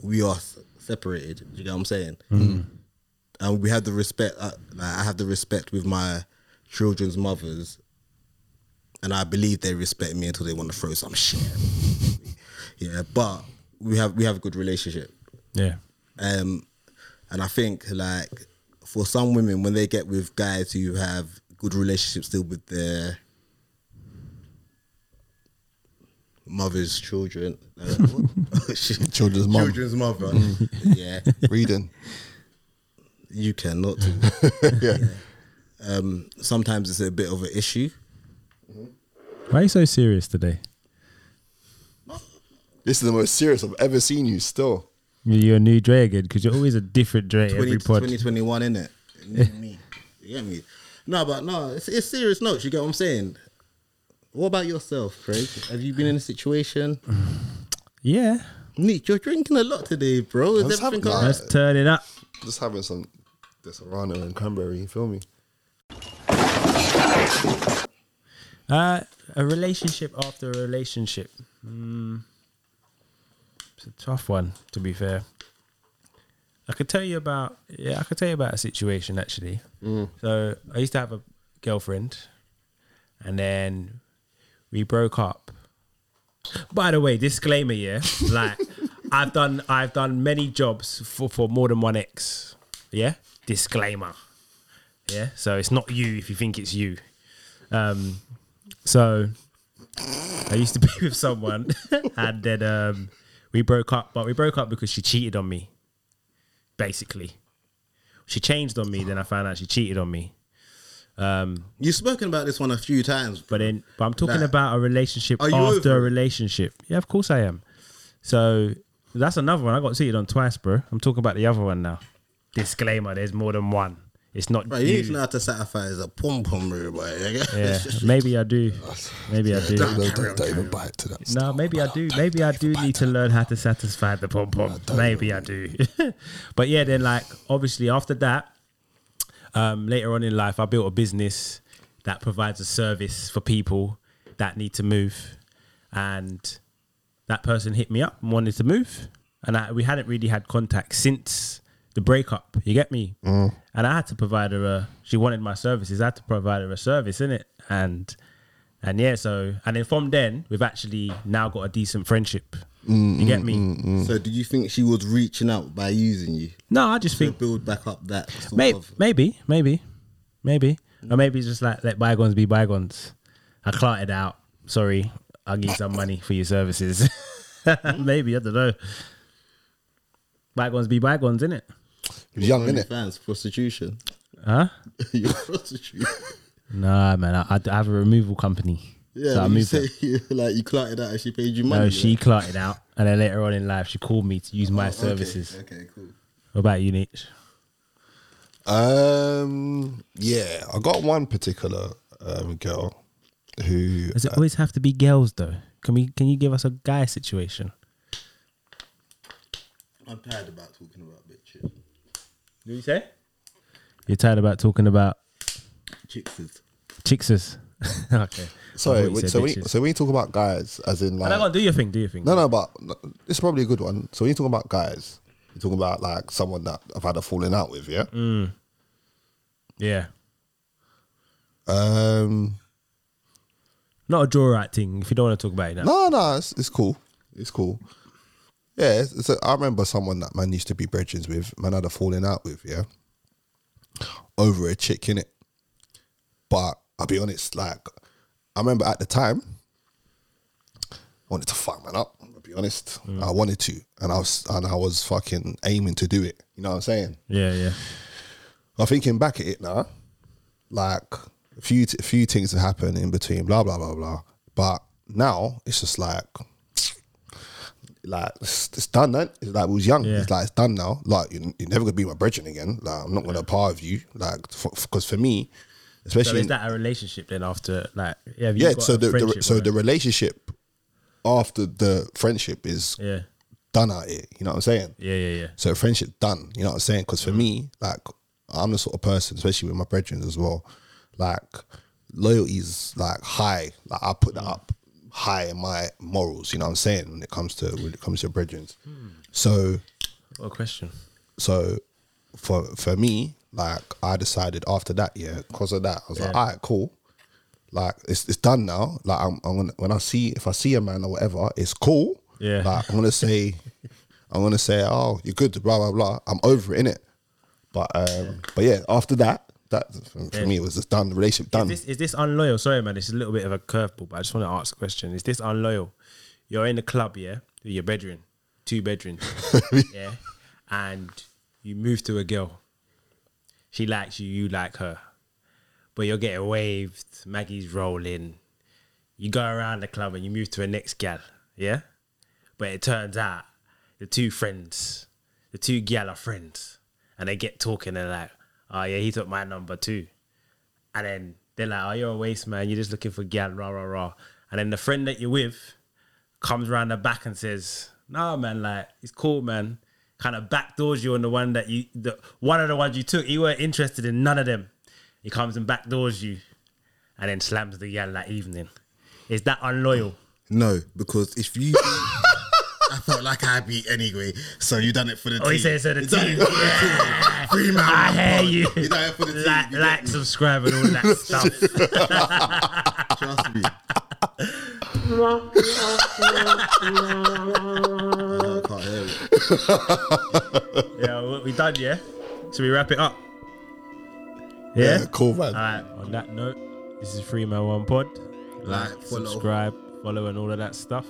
S4: we are s- separated. Do you know what I'm saying? And we have the respect. Uh, like I have the respect with my children's mothers, and I believe they respect me until they want to throw some shit. at me. yeah, but we have we have a good relationship
S5: Yeah.
S4: um, and I think like for some women when they get with guys who have good relationships still with their mother's children, uh, what?
S3: Children's mum. Mm.
S4: children's mother, yeah,
S3: Reading.
S4: you cannot.
S3: yeah.
S4: Sometimes it's a bit of an issue.
S5: Why are you so serious today?
S3: This is the most serious I've ever seen you still.
S5: You're a new Dre again because you're always a different Dre every
S4: 20,
S5: pod.
S4: 2021, innit? New me. You get me? No, but no, it's, it's serious notes. You get what I'm saying? What about yourself, Craig? Have you been in a situation?
S5: Yeah,
S4: Nick, you're drinking a lot today, bro. Is
S3: Let's have
S4: everything all
S3: that.
S4: right?
S5: let's turn it up.
S3: Just having some the serrano and cranberry, you feel me?
S5: Uh, a relationship after a relationship. Mm, it's a tough one, to be fair. I could tell you about yeah, I could tell you about a situation actually. So I used to have a girlfriend, and then we broke up. By the way, disclaimer, yeah, like I've done I've done many jobs for for more than one ex. Yeah, disclaimer. Yeah, so it's not you if you think it's you. Um, so I used to be with someone, and then um, we broke up. But we broke up because she cheated on me. Basically, she changed on me. Then I found out she cheated on me. Um,
S4: You've spoken about this one a few times,
S5: but then, but I'm talking
S4: Nah.
S5: about a relationship
S4: Are you
S5: after
S4: over
S5: a
S4: it?
S5: relationship. Yeah, of course I am. So that's another one. I got cheated on twice, bro. I'm talking about the other one now. Disclaimer: There's more than one. It's not
S4: Right, you
S5: you.
S4: need to know how to satisfy as a pom pom everybody.
S5: Hmm. yeah, maybe I do. Maybe I do.
S3: Don't, don't, don't even bite to that.
S5: No, maybe I do. Maybe I do need to learn how to satisfy the pom pom. Maybe I do. but yeah, then like obviously after that, Um, later on in life, I built a business that provides a service for people that need to move, and that person hit me up and wanted to move, and I, we hadn't really had contact since the breakup. You get me? And I had to provide her a. She wanted my services. I had to provide her a service in it, and and yeah, so and then from then we've actually now got a decent friendship. you get me?
S4: So, do you think she was reaching out by using you
S5: No, I just
S4: to
S5: think
S4: build back up that sort
S5: May-
S4: of?
S5: maybe, maybe, maybe, or maybe it's just like let bygones be bygones. I clarted out. Sorry, I'll give you some money for your services. maybe I don't know. Bygones be bygones, innit?
S3: He was young, innit?
S4: Fans prostitution.
S5: Huh?
S4: You're prostitution.
S5: Nah, man. I, I have a removal company.
S4: Yeah,
S5: so I
S4: but you
S5: moved.
S4: say
S5: her.
S4: like you clarted out and she paid you money.
S5: No,
S4: yeah? Oh,
S5: she clarted out, and then later on in life, she called me to use my services.
S4: Okay, okay, cool.
S5: What about you, Nietzsche?
S3: Um, yeah, I got one particular um, girl who
S5: Does
S4: Uh,
S5: it always have to be girls though? Can we? Can you give us a guy situation?
S4: I'm tired about talking about bit chicks.
S5: What you say? You're tired about talking about
S4: Chicks is
S5: Chickses. okay.
S3: Sorry, wait, so we so when you talk about guys, as in like
S5: I do your thing. Do your thing.
S3: no, no, but it's probably a good one. So when you talk about guys, you're talking about like someone that I've had a falling out with, yeah.
S5: Yeah,
S3: Um,
S5: not a draw right thing. If you don't want to talk about it, now.
S3: no, no, it's, it's cool, it's cool. Yeah, it's, it's a, I remember someone that man used to be brethrens with, man had a falling out with, yeah, over a chick in it. But I'll be honest, like I remember at the time, I wanted to fuck man up. I'll be honest, I wanted to, and I was and I was fucking aiming to do it. You know what I'm saying?
S5: Yeah, yeah.
S3: I'm thinking back at it now, like a few a few things have happened in between, blah blah blah blah. But now it's just like, like it's, it's done. Then it's like we was young.
S5: Yeah.
S3: It's like it's done now. Like you're, you're never gonna be my brethren again. Like I'm not gonna par with you. Like because for me,
S5: So
S3: especially
S5: is that a relationship then? After like, yeah, have you
S3: yeah.
S5: got
S3: So
S5: a
S3: the, the
S5: friendship
S3: so
S5: with
S3: the
S5: her?
S3: relationship after the friendship is
S5: yeah,
S3: done out here. You know what I'm saying?
S5: yeah, yeah, yeah.
S3: So friendship done. You know what I'm saying? Because for me, like I'm the sort of person, especially with my brethren as well, like loyalty is like high. Like I put that up high in my morals. You know what I'm saying? When it comes to when it comes to brethren. So
S5: What a question.
S3: so for for me, like I decided after that, yeah, because of that, I was like,
S5: Yeah.
S3: all right, cool. Like it's it's done now. Like I'm, I'm gonna when I see if I see a man or whatever, it's cool.
S5: Yeah.
S3: Like I'm gonna say, I'm gonna say, oh, you're good, blah blah blah. I'm over it, innit? But um, but yeah, after that, that for for
S5: Yeah.
S3: me it was just done. The relationship
S5: Is
S3: done.
S5: this is this unloyal? Sorry, man. It's a little bit of a curveball, but I just want to ask a question. Is this unloyal? You're in the club, yeah, with your bedroom, two bedrooms, yeah, and you move to a girl. She likes you, you like her, but you're getting waved. Maggie's rolling. You go around the club and you move to a next gal, yeah, but it turns out the two friends, the two gal are friends, and they get talking and like, oh yeah, he took my number too. And then they're like, oh, you're a waste, man. You're just looking for gal, rah, rah, rah. And then the friend that you're with comes around the back and says, no, man, like, it's cool, man. Kind of backdoors you on the one that you, the one of the ones you took. You weren't interested in none of them. He comes and backdoors you and then slams the gal that evening. Is that unloyal?
S4: No, because if you, I felt like I beat anyway. So you done it for the team.
S5: Oh, he says so the
S4: You done
S5: team.
S4: it for the team. Free man.
S5: I hear
S4: you.
S5: you.
S4: done it for the team.
S5: Like,
S4: you
S5: like, subscribe, and all that stuff.
S4: get- trust me. I can't hear it.
S5: Yeah, we- we done, yeah? Should we wrap it up? Yeah?
S3: Yeah, cool man.
S5: Alright, on that note, this is Free Man One Pod.
S4: Like, follow.
S5: subscribe, follow, and all of that stuff.